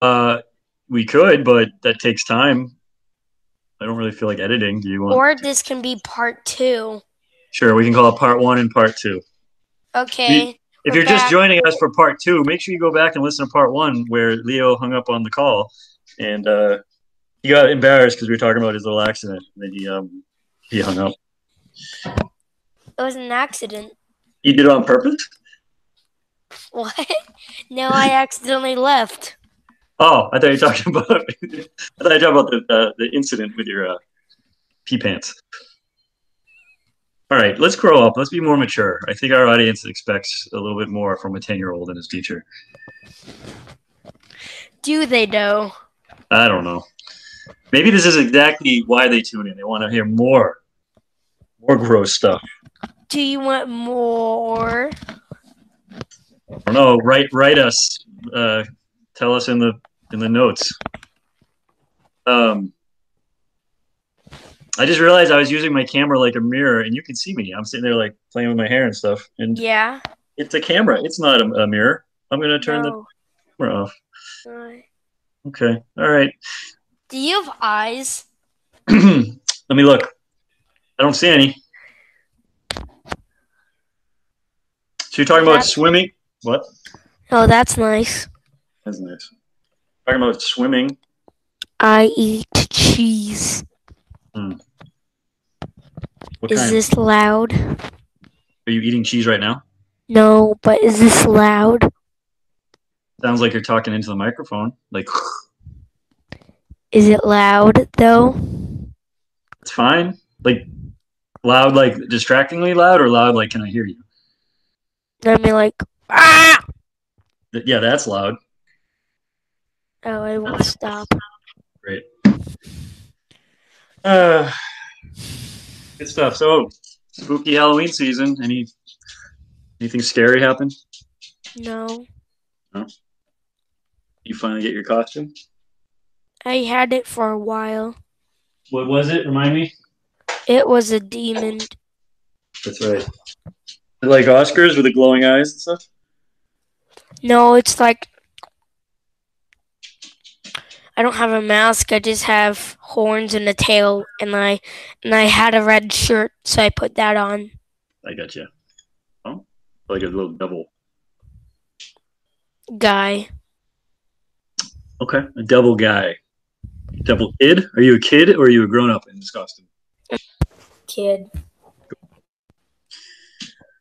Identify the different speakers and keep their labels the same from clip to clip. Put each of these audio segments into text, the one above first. Speaker 1: Uh, we could, but that takes time. I don't really feel like editing. Do you want?
Speaker 2: Or this can be part two.
Speaker 1: Sure, we can call it part one and part two.
Speaker 2: Okay.
Speaker 1: If
Speaker 2: We're
Speaker 1: you're just
Speaker 2: back.
Speaker 1: joining us for part two, make sure you go back and listen to part one where Leo hung up on the call and uh, he got embarrassed because we were talking about his little accident. And then he um, he hung up.
Speaker 2: it was an accident.
Speaker 1: He did it on purpose.
Speaker 2: What? No, I accidentally left.
Speaker 1: Oh, I thought you were talking about. I thought you were talking about the uh, the incident with your uh, pee pants. All right, let's grow up. Let's be more mature. I think our audience expects a little bit more from a ten year old and his teacher.
Speaker 2: Do they know?
Speaker 1: I don't know. Maybe this is exactly why they tune in. They want to hear more, more gross stuff.
Speaker 2: Do you want more?
Speaker 1: I don't know. Write write us. Uh, tell us in the in the notes. Um, I just realized I was using my camera like a mirror, and you can see me. I'm sitting there like playing with my hair and stuff, and
Speaker 2: Yeah.
Speaker 1: it's a camera. It's not a, a mirror. I'm gonna turn
Speaker 2: no.
Speaker 1: the camera off.
Speaker 2: Alright.
Speaker 1: Okay. All right.
Speaker 2: Do you have eyes?
Speaker 1: Let me look. I don't see any. So you're talking about
Speaker 2: That's-
Speaker 1: swimming? What?
Speaker 2: Oh, that's nice.
Speaker 1: That's nice. Talking about swimming.
Speaker 2: I eat cheese.
Speaker 1: What
Speaker 2: Is
Speaker 1: kind?
Speaker 2: this loud?
Speaker 1: Are you eating cheese right now?
Speaker 2: No, but is this loud?
Speaker 1: Sounds like you're talking into the microphone. Like
Speaker 2: Is it loud though?
Speaker 1: it's fine. Like loud, like distractingly loud, or loud, like can I hear you?
Speaker 2: I mean, like, ah!
Speaker 1: Th- yeah, that's loud.
Speaker 2: Oh, I won't stop.
Speaker 1: Great. Uh, good stuff. So, spooky Halloween season. Any anything scary happen?
Speaker 2: No.
Speaker 1: You finally get your costume.
Speaker 2: I had it for a while.
Speaker 1: What was it? Remind me.
Speaker 2: It was a demon.
Speaker 1: That's right. Like Oscars with the glowing eyes and stuff.
Speaker 2: No, it's like I don't have a mask. I just have horns and a tail, and I and I had a red shirt, so I put that on.
Speaker 1: I got you. Oh, like a little devil.
Speaker 2: Guy,
Speaker 1: Okay, a devil guy. Devil kid? Are you a kid or are you a grown up in this costume?
Speaker 2: kid.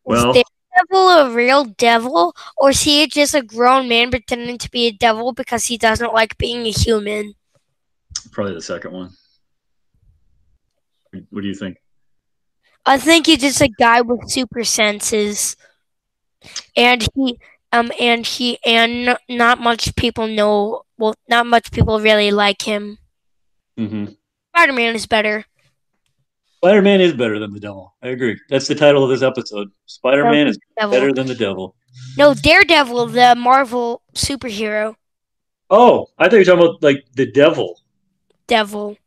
Speaker 1: Well,
Speaker 2: Is the devil a real devil, or is he just a grown man pretending to be a devil because he doesn't like being a human?
Speaker 1: probably the second one. What do you think?
Speaker 2: I think he's just a guy with super senses, and he um and he and n- not much people know. Well, not much people really like him.
Speaker 1: Mm-hmm.
Speaker 2: Spider Man is better.
Speaker 1: Spider Man is better than the devil. I agree. That's the title of this episode. Spider Man is
Speaker 2: Devil.
Speaker 1: better than the devil.
Speaker 2: No, Daredevil, the Marvel superhero.
Speaker 1: Oh, I thought you were talking about like the devil.
Speaker 2: Devil.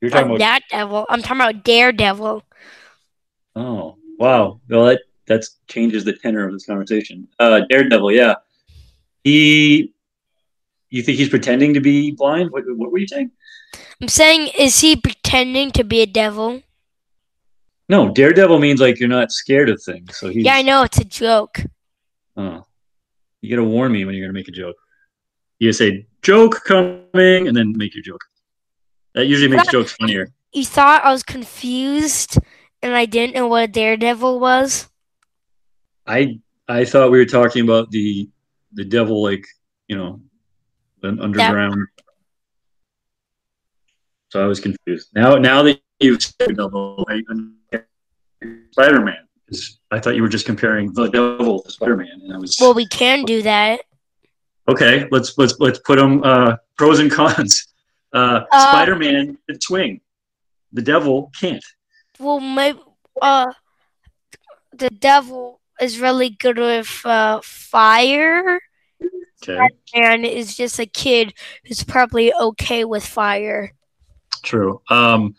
Speaker 1: You're
Speaker 2: Not
Speaker 1: talking about
Speaker 2: that devil. I'm talking about Daredevil.
Speaker 1: Oh, wow. Well, that that changes the tenor of this conversation. Uh, Daredevil, yeah. He, you think he's pretending to be blind? What, what were you saying?
Speaker 2: I'm saying, is he pretending to be a devil?
Speaker 1: No, Daredevil means like you're not scared of things. So he's.
Speaker 2: Yeah, I know it's a joke.
Speaker 1: Oh. You gotta warn me when you're gonna make a joke. You gotta say joke coming, and then make your joke. That usually makes
Speaker 2: That-
Speaker 1: jokes funnier.
Speaker 2: You thought I was confused and I didn't know what a Daredevil was?
Speaker 1: I I thought we were talking about the the devil, like you know, an underground. So I was confused. Now now that you've said devil, I Spider Man. I thought you were just comparing the devil to Spider Man, and I was
Speaker 2: Well, we can do that.
Speaker 1: okay. Let's let's let's put them uh, pros and cons. Uh,
Speaker 2: Uh,
Speaker 1: Spider Man can swing. The devil can't.
Speaker 2: Well, maybe uh, the devil is really good with uh, fire,
Speaker 1: Okay,
Speaker 2: and is just a kid who's probably okay with fire.
Speaker 1: true. Um,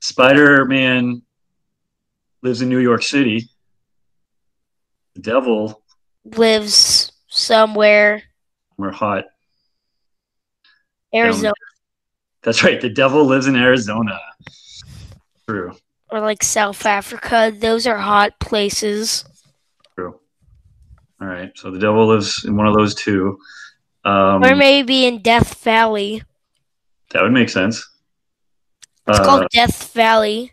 Speaker 1: Spider Man lives in New York City. The devil
Speaker 2: lives somewhere.
Speaker 1: we're hot.
Speaker 2: Arizona
Speaker 1: That's right. The devil lives in Arizona. True.
Speaker 2: or like South Africa. Those are hot places.
Speaker 1: True. All right. So the devil lives in one of those two. Um,
Speaker 2: or maybe in Death Valley.
Speaker 1: that would make sense.
Speaker 2: It's
Speaker 1: Uh,
Speaker 2: called Death Valley.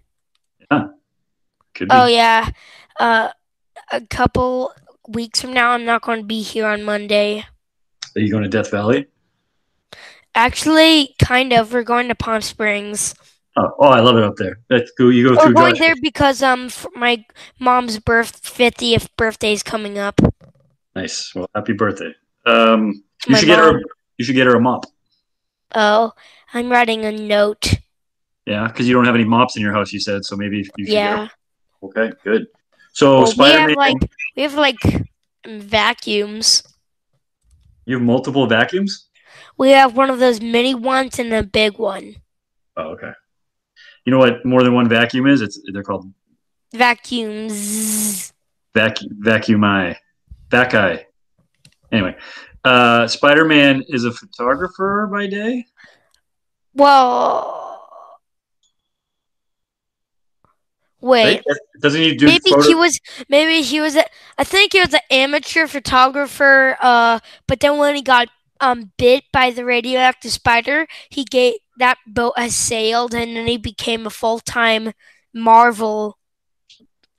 Speaker 1: could be.
Speaker 2: Oh yeah. Uh, a couple weeks from now, I'm not going to be here on Monday.
Speaker 1: Are you going to Death Valley?
Speaker 2: Actually, kind of. We're going to Palm Springs.
Speaker 1: Oh, oh I love it up there. That's go. You go
Speaker 2: We're
Speaker 1: through.
Speaker 2: going
Speaker 1: Joshua.
Speaker 2: there because um f- my mom's birth fiftieth birthday is coming up.
Speaker 1: Nice. Well, happy birthday. Um, you
Speaker 2: My
Speaker 1: should get her.
Speaker 2: mom-
Speaker 1: You should get her a mop.
Speaker 2: Oh, I'm writing a note.
Speaker 1: Yeah, because you don't have any mops in your house. You said so. Maybe you should
Speaker 2: yeah.
Speaker 1: Get her. Oh, Okay. Good. So
Speaker 2: Well, we
Speaker 1: Spider
Speaker 2: have
Speaker 1: Man.
Speaker 2: like we have like vacuums.
Speaker 1: you have multiple vacuums.
Speaker 2: We have one of those mini ones and a big one.
Speaker 1: Oh, okay. You know what more than one vacuum is? It's they're called
Speaker 2: Vacuums.
Speaker 1: vac vacuumi, vaci. Anyway, uh, Spider Man is a photographer by day.
Speaker 2: Well,
Speaker 1: right?
Speaker 2: wait.
Speaker 1: Doesn't he do?
Speaker 2: Maybe
Speaker 1: photo-
Speaker 2: he was. Maybe he was. A, I think he was an amateur photographer. Uh, but then when he got um bit by the radioactive spider, he gave that boat has sailed, and then he became a full time Marvel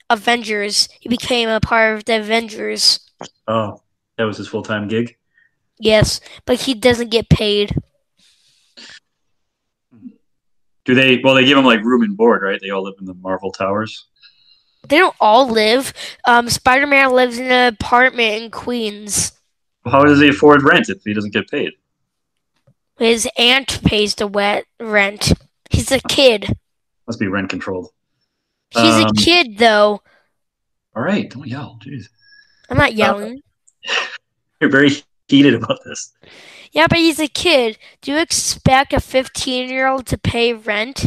Speaker 2: Avengers. He became a part of the Avengers.
Speaker 1: oh, that was his full time gig.
Speaker 2: Yes, but he doesn't get paid.
Speaker 1: Do they? Well, they give him like room and board, right? They all live in the Marvel towers.
Speaker 2: They don't all live. Um, Spider Man lives in an apartment in Queens.
Speaker 1: How does he afford rent if he doesn't get paid?
Speaker 2: His aunt pays the wet rent. He's a kid.
Speaker 1: Must be rent controlled.
Speaker 2: He's
Speaker 1: Um,
Speaker 2: a kid, though.
Speaker 1: All right, don't yell. Jeez,
Speaker 2: I'm not yelling.
Speaker 1: you're very heated about this.
Speaker 2: yeah, but he's a kid. Do you expect a 15 year old to pay rent?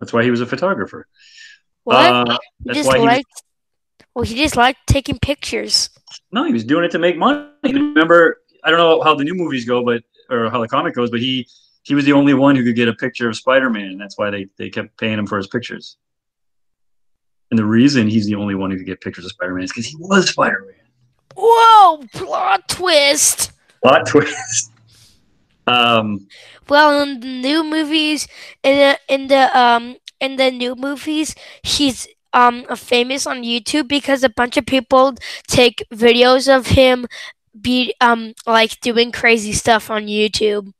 Speaker 1: That's why he was a photographer.
Speaker 2: What?
Speaker 1: Uh,
Speaker 2: he
Speaker 1: that's
Speaker 2: just
Speaker 1: why he was-
Speaker 2: liked. Well, he just liked taking pictures.
Speaker 1: No, he was doing it to make money. Remember, I don't know how the new movies go, but or how the comic goes, but he he was the only one who could get a picture of Spider-Man, and that's why they they kept paying him for his pictures. And the reason he's the only one who could get pictures of Spider-Man is because he was Spider-Man.
Speaker 2: Whoa! Plot twist.
Speaker 1: Plot twist. Um,
Speaker 2: Well, in the new movies, in the in the um in the new movies, he's um famous on YouTube because a bunch of people take videos of him be um like doing crazy stuff on YouTube.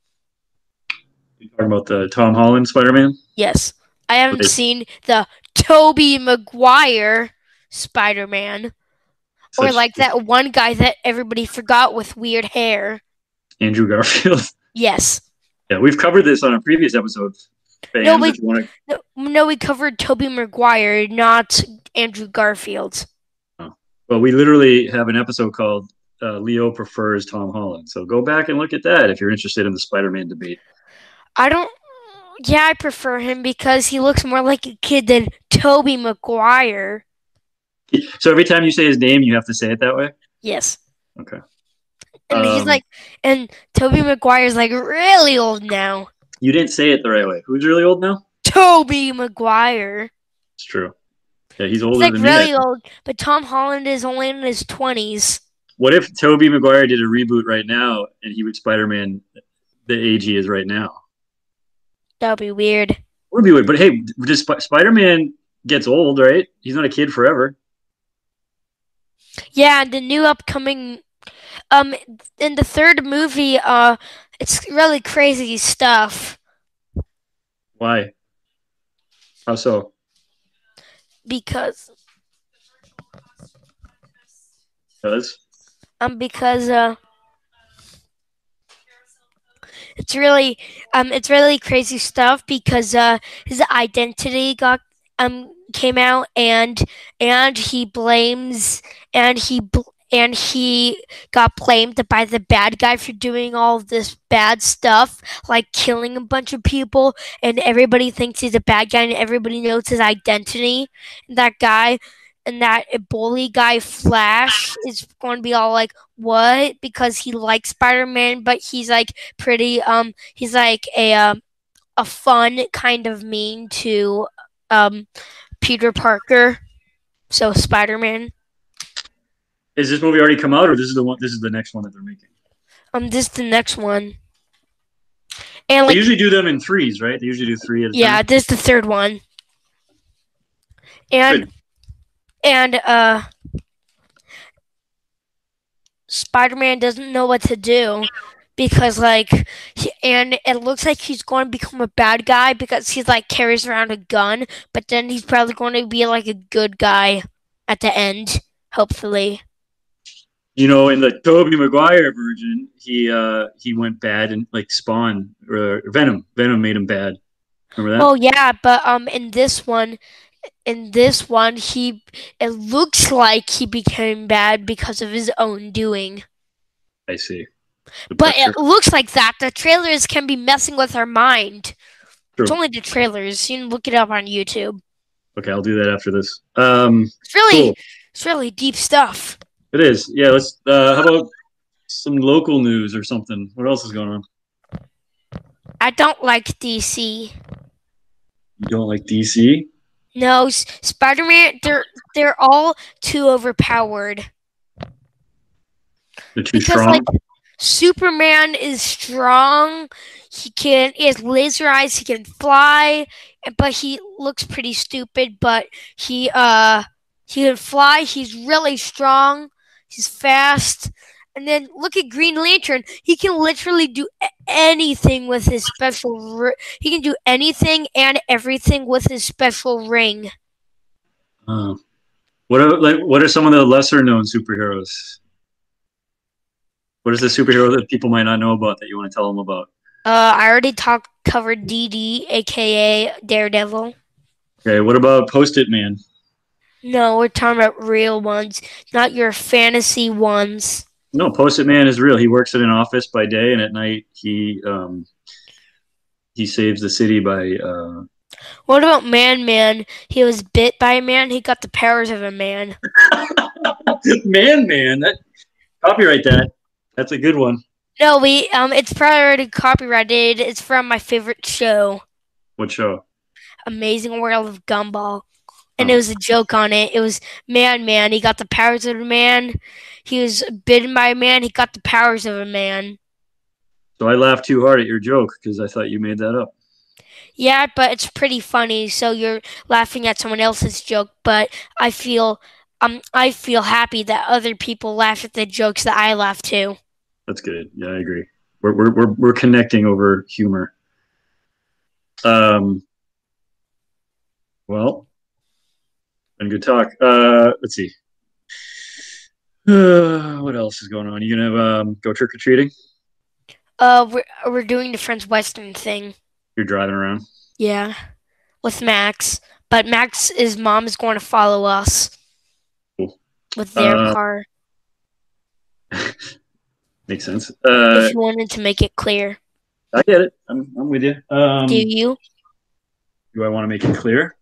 Speaker 1: you talking about the Tom Holland Spider-Man.
Speaker 2: Yes, I haven't
Speaker 1: Okay.
Speaker 2: seen the Toby Maguire Spider-Man or
Speaker 1: Such-
Speaker 2: Oh, like that one guy that everybody forgot with weird hair.
Speaker 1: Andrew Garfield.
Speaker 2: Yes.
Speaker 1: yeah, we've covered this on a previous episode. Fans,
Speaker 2: No, we-
Speaker 1: if you wanna-
Speaker 2: No, no, we covered Toby Maguire, not Andrew Garfield.
Speaker 1: Well, we literally have an episode called uh, Leo prefers Tom Holland. So go back and look at that if you're interested in the Spider-Man debate.
Speaker 2: I don't. Yeah, I prefer him because he looks more like a kid than Toby Maguire.
Speaker 1: So every time you say his name, you have to say it that way.
Speaker 2: Yes.
Speaker 1: Okay.
Speaker 2: And he's
Speaker 1: Um,
Speaker 2: like, and Toby Maguire's like really old now.
Speaker 1: You didn't say it the right way. Who's really old now?
Speaker 2: Toby Maguire.
Speaker 1: It's true. Yeah, he's
Speaker 2: He's
Speaker 1: older
Speaker 2: like
Speaker 1: than me. I
Speaker 2: really
Speaker 1: think.
Speaker 2: old, but Tom Holland is only in his twenties.
Speaker 1: What if Toby Maguire did a reboot right now and he would Spider-Man the age he is right now?
Speaker 2: That'd be weird.
Speaker 1: Would be weird. But hey, just Sp- Spider-Man gets old, right? He's not a kid forever.
Speaker 2: Yeah, and the new upcoming, um, in the third movie, uh, it's really crazy stuff
Speaker 1: Why? How so?
Speaker 2: because
Speaker 1: Because
Speaker 2: um because uh it's really um it's really crazy stuff because uh his identity got um came out and and he blames and he bl- and he got blamed by the bad guy for doing all this bad stuff like killing a bunch of people and everybody thinks he's a bad guy and everybody knows his identity that guy and that bully guy Flash is going to be all like, "What?" Because he likes Spider Man, but he's like pretty. Um, he's like a um, a fun kind of mean to um, Peter Parker, so Spider Man.
Speaker 1: Is this movie already come out, or this is the one? This is the next one that they're making.
Speaker 2: Um, this is the next one, and
Speaker 1: They
Speaker 2: like,
Speaker 1: usually do them in threes, right? They usually do three at a
Speaker 2: yeah,
Speaker 1: time.
Speaker 2: this is the third one, and and uh, Spider Man doesn't know what to do because like, he, and it looks like he's going to become a bad guy because he's like carries around a gun, but then he's probably going to be like a good guy at the end, hopefully.
Speaker 1: You know, in the Tobey Maguire version, he uh he went bad and like Spawn or Venom. Venom made him bad. Remember that?
Speaker 2: Oh yeah, but um, in this one, in this one, he it looks like he became bad because of his own doing.
Speaker 1: I see. The
Speaker 2: But
Speaker 1: picture.
Speaker 2: it looks like that. The trailers can be messing with our mind. It's
Speaker 1: True.
Speaker 2: only the trailers. You can look it up on YouTube.
Speaker 1: okay, I'll do that after this. Um,
Speaker 2: It's really,
Speaker 1: cool.
Speaker 2: it's really deep stuff.
Speaker 1: It is. Yeah. Let's. Uh, how about some local news or something? What else is going on?
Speaker 2: I don't like DC.
Speaker 1: You don't like DC?
Speaker 2: No, S- Spider-Man. They're they're all too overpowered.
Speaker 1: They're too
Speaker 2: Because,
Speaker 1: strong.
Speaker 2: like, Superman is strong. He can he has laser eyes. He can fly, but he looks pretty stupid. But he uh he can fly. He's really strong. He's fast. And then look at Green Lantern. He can literally do a- anything with his special. Ri- he can do anything and everything with his special ring.
Speaker 1: Oh. What are like what are some of the lesser known superheroes? What is the superhero that people might not know about that you want to tell them about?
Speaker 2: Uh, I already talked covered DD, aka Daredevil.
Speaker 1: Okay, what about Post-it Man?
Speaker 2: No, we're talking about real ones, not your fantasy ones.
Speaker 1: No, Post-it Man is real. He works at an office by day and at night he um he saves the city by uh
Speaker 2: What about Man Man? He was bit by a man, he got the powers of a man.
Speaker 1: Man Man. That copyright that. That's a good one.
Speaker 2: No, we um it's probably already copyrighted. It's from my favorite show,
Speaker 1: What show?
Speaker 2: Amazing World of Gumball. And
Speaker 1: Oh.
Speaker 2: it was a joke on it. It was Man Man, he got the powers of a man. He was bitten by a man, he got the powers of a man.
Speaker 1: So I laughed too hard at your joke because I thought you made that up.
Speaker 2: Yeah, but it's pretty funny. So you're laughing at someone else's joke, but I feel um I feel happy that other people laugh at the jokes that I laugh to.
Speaker 1: That's good. Yeah, I agree. We're we're we're, we're connecting over humor. Um. Well, been good talk. Uh, let's see. Uh, what else is going on? You gonna um, go trick or treating?
Speaker 2: Uh, we're we're doing the Friends Western thing.
Speaker 1: You're driving around.
Speaker 2: Yeah, with Max, but Max's mom is going to follow us
Speaker 1: Cool.
Speaker 2: with their
Speaker 1: Uh,
Speaker 2: car.
Speaker 1: Makes sense. Uh,
Speaker 2: if you wanted to make it clear,
Speaker 1: I get it. I'm, I'm with you. Um,
Speaker 2: do you
Speaker 1: do I want to make it clear?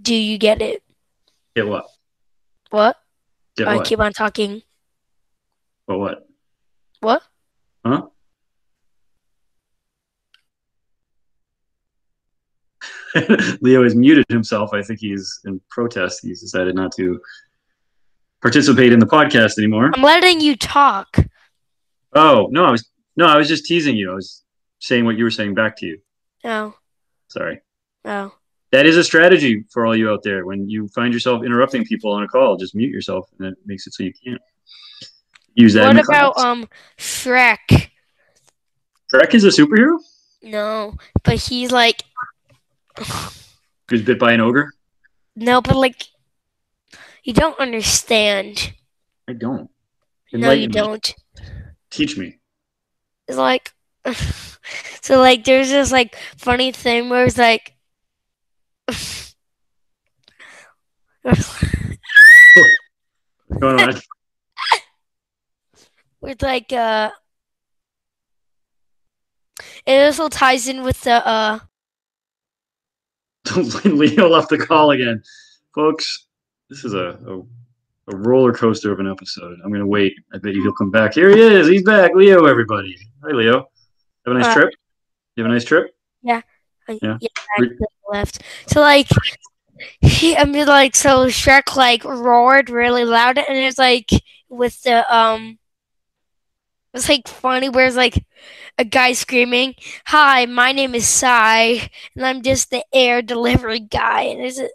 Speaker 2: do you get it?
Speaker 1: Get what?
Speaker 2: What?
Speaker 1: Get
Speaker 2: I
Speaker 1: what?
Speaker 2: keep on talking.
Speaker 1: But what?
Speaker 2: What?
Speaker 1: Huh? Leo has muted himself. I think he's in protest. He's decided not to participate in the podcast anymore.
Speaker 2: I'm letting you talk.
Speaker 1: Oh no, I was no, I was just teasing you. I was saying what you were saying back to you.
Speaker 2: No,
Speaker 1: Sorry.
Speaker 2: no.
Speaker 1: That is a strategy for all you out there. When you find yourself interrupting people on a call, just mute yourself, and that makes it so you can't use that. in
Speaker 2: What
Speaker 1: the
Speaker 2: about
Speaker 1: class.
Speaker 2: um Shrek?
Speaker 1: Shrek is a superhero
Speaker 2: No, but he's like
Speaker 1: who's bit by an ogre?
Speaker 2: no, but like you don't understand.
Speaker 1: I don't.
Speaker 2: no, you
Speaker 1: Enlighten me.
Speaker 2: don't.
Speaker 1: Teach me.
Speaker 2: It's like so like there's this like funny thing where it's like where
Speaker 1: What's going on?
Speaker 2: it's like uh it also ties in with the uh
Speaker 1: Leo left the call again, folks. this is a, a a roller coaster of an episode. I'm gonna wait. I bet you he'll come back. Here he is. He's back, Leo. Everybody, hi, Leo. Have a nice
Speaker 2: Uh,
Speaker 1: trip. You have a nice trip.
Speaker 2: I-
Speaker 1: Yeah.
Speaker 2: yeah, I
Speaker 1: Re-
Speaker 2: could've left. So like, he, I mean, like, so Shrek like roared really loud, and it's like with the um, it's like funny where it's like a guy screaming, "Hi, my name is Sai, and I'm just the air delivery guy," and is it?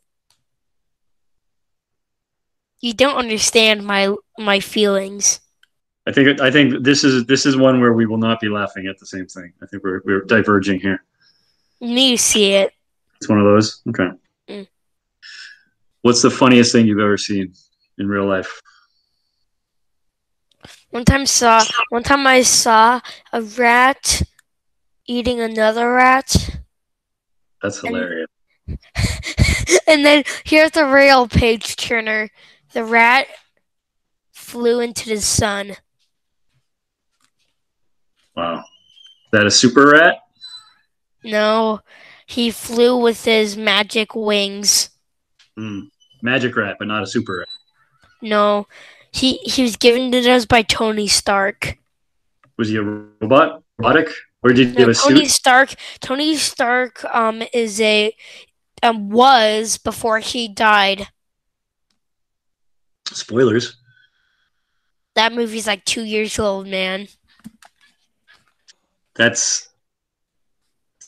Speaker 2: You don't understand my my feelings.
Speaker 1: I think I think this is this is one where we will not be laughing at the same thing. I think we're we're diverging here.
Speaker 2: You see it.
Speaker 1: It's one of those. Okay.
Speaker 2: Mm.
Speaker 1: What's the funniest thing you've ever seen in real life?
Speaker 2: One time saw one time I saw a rat eating another rat.
Speaker 1: That's
Speaker 2: And-
Speaker 1: hilarious.
Speaker 2: and then here's the real page turner. The rat flew into the sun.
Speaker 1: Wow. Is that a super rat?
Speaker 2: No, he flew with his magic wings.
Speaker 1: Mm. Magic rat, but not a super rat.
Speaker 2: No. He he was given to us by Tony Stark.
Speaker 1: Was he a robot? Robotic? Or did he
Speaker 2: No,
Speaker 1: have a
Speaker 2: Tony
Speaker 1: suit?
Speaker 2: Stark Tony Stark um is a um was before he died.
Speaker 1: Spoilers.
Speaker 2: That movie's like two years old, man.
Speaker 1: That's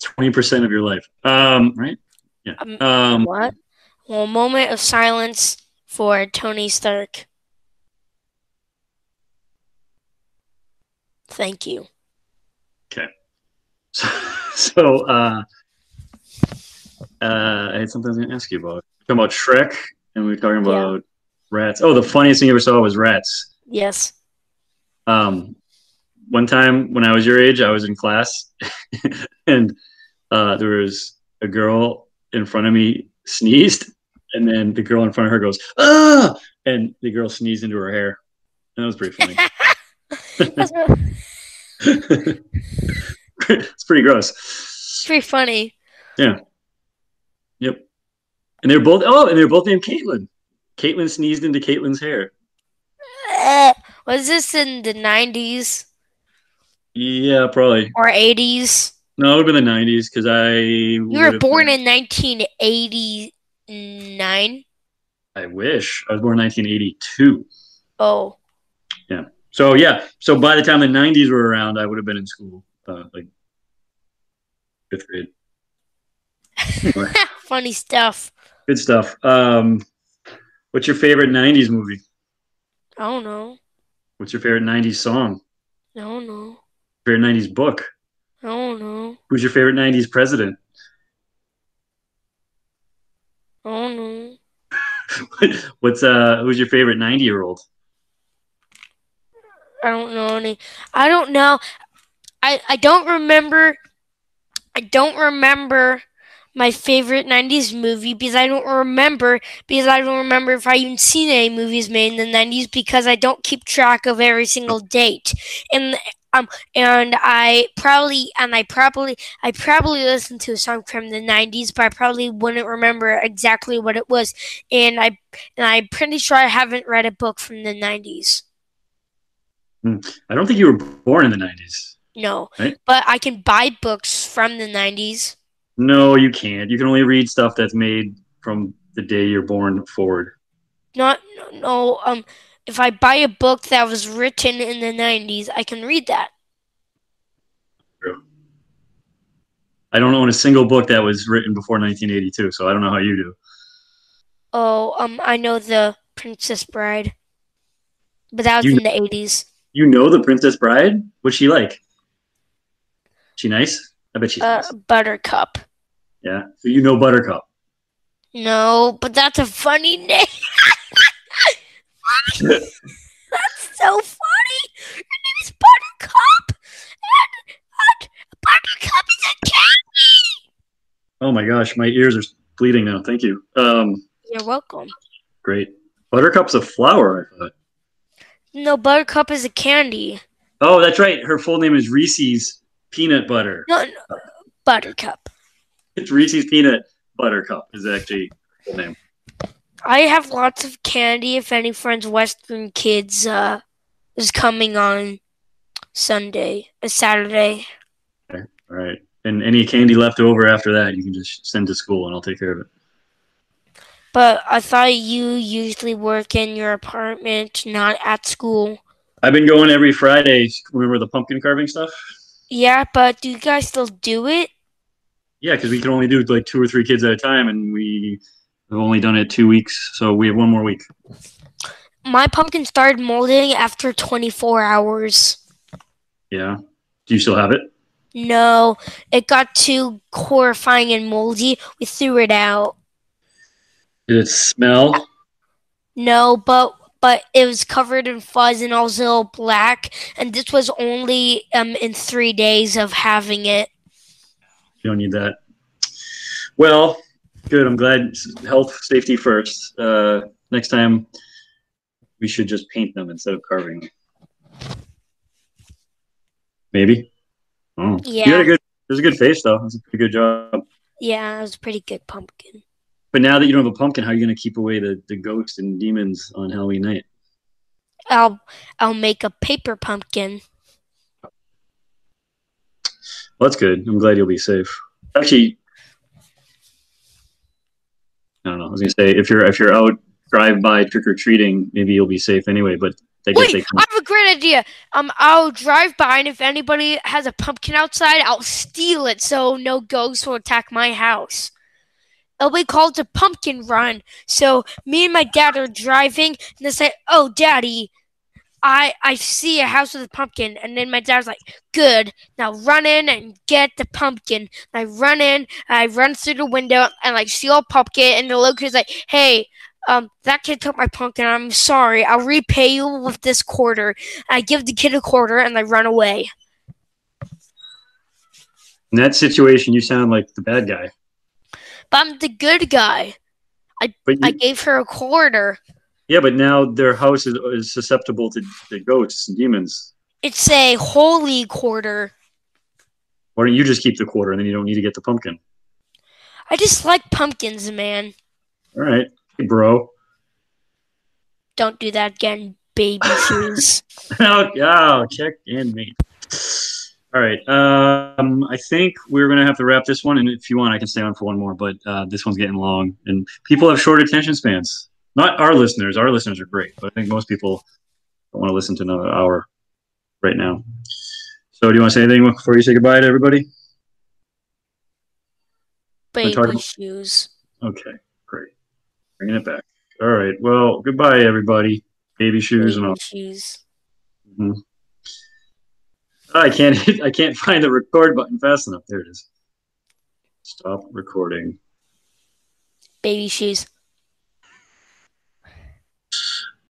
Speaker 1: twenty percent of your life. Um, right? Yeah.
Speaker 2: Um,
Speaker 1: Um,
Speaker 2: What? Well, moment of silence for Tony Stark. Thank you.
Speaker 1: So, so uh, uh, I had something I was going to ask you about. Talking about Shrek, and we were talking
Speaker 2: Yeah.
Speaker 1: about rats. Oh, the funniest thing you ever saw was rats.
Speaker 2: Yes.
Speaker 1: Um, one time when I was your age, I was in class, and uh, there was a girl in front of me sneezed, and then the girl in front of her goes, "Ah!" and the girl sneezed into her hair, and that was pretty funny.
Speaker 2: That's re-
Speaker 1: it's pretty gross.
Speaker 2: pretty funny.
Speaker 1: Yep. And they're both oh, and they're both named Caitlin. Caitlin sneezed into Caitlin's hair.
Speaker 2: Eh, Was this in the 90s
Speaker 1: Yeah, probably.
Speaker 2: or 80s?
Speaker 1: No, it would have been the nineties because I
Speaker 2: You were born in 1989?
Speaker 1: I wish. I was born in nineteen eighty two.
Speaker 2: Oh,
Speaker 1: So yeah. So by the time the nineties were around, I would have been in school. Uh, like fifth grade. Anyway,
Speaker 2: funny stuff.
Speaker 1: good stuff. Um what's your favorite nineties movie?
Speaker 2: I don't know.
Speaker 1: What's your favorite nineties song?
Speaker 2: I don't know.
Speaker 1: Favorite nineties book?
Speaker 2: I don't know.
Speaker 1: Who's your favorite nineties president?
Speaker 2: I don't know.
Speaker 1: What's uh who's your favorite ninety year old?
Speaker 2: I don't know any. I don't know. I I don't remember. I don't remember my favorite '90s movie because I don't remember because I don't remember if I even seen any movies made in the '90s because I don't keep track of every single date and um and I probably and I probably I probably listened to a song from the '90s but I probably wouldn't remember exactly what it was and I and I'm pretty sure I haven't read a book from the '90s.
Speaker 1: I don't think you were born in the nineties.
Speaker 2: No,
Speaker 1: Right?
Speaker 2: but I can buy books from the 90s.
Speaker 1: No, you can't. You can only read stuff that's made from the day you're born forward.
Speaker 2: Not no, no um if I buy a book that was written in the 90s, I can read that.
Speaker 1: I don't own a single book that was written before 1982, so I don't know how you do.
Speaker 2: Oh, um I know The Princess Bride. But that was
Speaker 1: You-
Speaker 2: in the 80s.
Speaker 1: You know the Princess Bride? What's she like? She nice? I bet she's
Speaker 2: Uh
Speaker 1: nice.
Speaker 2: Buttercup.
Speaker 1: Yeah. So you know Buttercup.
Speaker 2: No, but that's a funny name. that's so funny. Her name is Buttercup. And, and Buttercup is a cat.
Speaker 1: Oh my gosh, my ears are bleeding now. Thank you. Um,
Speaker 2: You're welcome.
Speaker 1: great. Buttercup's a flower, I thought.
Speaker 2: No, Buttercup is a candy.
Speaker 1: Oh, that's right. Her full name is Reese's Peanut Butter.
Speaker 2: No, no Buttercup.
Speaker 1: It's Reese's Peanut Buttercup is actually her full name.
Speaker 2: I have lots of candy if any friends Western Kids uh, is coming on Sunday, a Saturday.
Speaker 1: All right. And any candy left over after that, you can just send to school and I'll take care of it.
Speaker 2: But I thought you usually work in your apartment, not at school.
Speaker 1: I've been going every Friday. Remember the pumpkin carving stuff?
Speaker 2: Yeah, but do you guys still do it?
Speaker 1: Yeah, because we can only do like two or three kids at a time, and we have only done it two weeks, so we have one more week.
Speaker 2: My pumpkin started molding after 24 hours.
Speaker 1: Yeah. Do you still have it?
Speaker 2: No, it got too horrifying and moldy. We threw it out.
Speaker 1: Did it smell?
Speaker 2: No, but but it was covered in fuzz and also black. And this was only um in three days of having it.
Speaker 1: You don't need that. Well, good. I'm glad health, safety first. Uh, next time, we should just paint them instead of carving them. Maybe. Oh. You had
Speaker 2: Yeah.
Speaker 1: a good. It was a good face though. It was a pretty good job.
Speaker 2: Yeah, it was a pretty good pumpkin.
Speaker 1: But now that you don't have a pumpkin, how are you going to keep away the, the ghosts and demons on Halloween night?
Speaker 2: I'll I'll make a paper pumpkin.
Speaker 1: Well, that's good. I'm glad you'll be safe. Actually, I don't know. I was going to say if you're if you're out drive by trick or treating, maybe you'll be safe anyway. But I guess
Speaker 2: Wait,
Speaker 1: they
Speaker 2: I have a great idea. Um, I'll drive by, and if anybody has a pumpkin outside, I'll steal it so no ghosts will attack my house. It'll be called the pumpkin run. So me and my dad are driving, and they say, "Oh, daddy, I I see a house with a pumpkin," and then my dad's like, "Good, now run in and get the pumpkin." And I run in, and I run through the window, and like steal a pumpkin, and the locator's like, "Hey, um, that kid took my pumpkin. I'm sorry. I'll repay you with this quarter. I give the kid a quarter and I run away.
Speaker 1: in that situation you sound like the bad guy.
Speaker 2: But I'm the good guy.
Speaker 1: But you,
Speaker 2: I gave her a quarter.
Speaker 1: yeah, but now their house is, is susceptible to, to ghosts and demons.
Speaker 2: It's a holy quarter.
Speaker 1: Why don't you just keep the quarter and then you don't need to get the pumpkin?
Speaker 2: I just like pumpkins, man.
Speaker 1: All right, hey, bro.
Speaker 2: Don't do that again, baby shoes.
Speaker 1: oh, yeah, check and mate. All right. Um, I think we're gonna have to wrap this one, and if you want, I can stay on for one more. But uh, this one's getting long, and people have short attention spans. Not our listeners. Our listeners are great, but I think most people don't want to listen to another hour right now. So, do you want to say anything before you say goodbye to everybody?
Speaker 2: baby
Speaker 1: talking-
Speaker 2: shoes.
Speaker 1: Okay, great. Bringing it back. All right. Well, goodbye, everybody. Baby shoes and all.
Speaker 2: Baby shoes.
Speaker 1: Mhm. Ah, I can't. I can't find the record button fast enough. There it is. Stop recording.
Speaker 2: Baby shoes.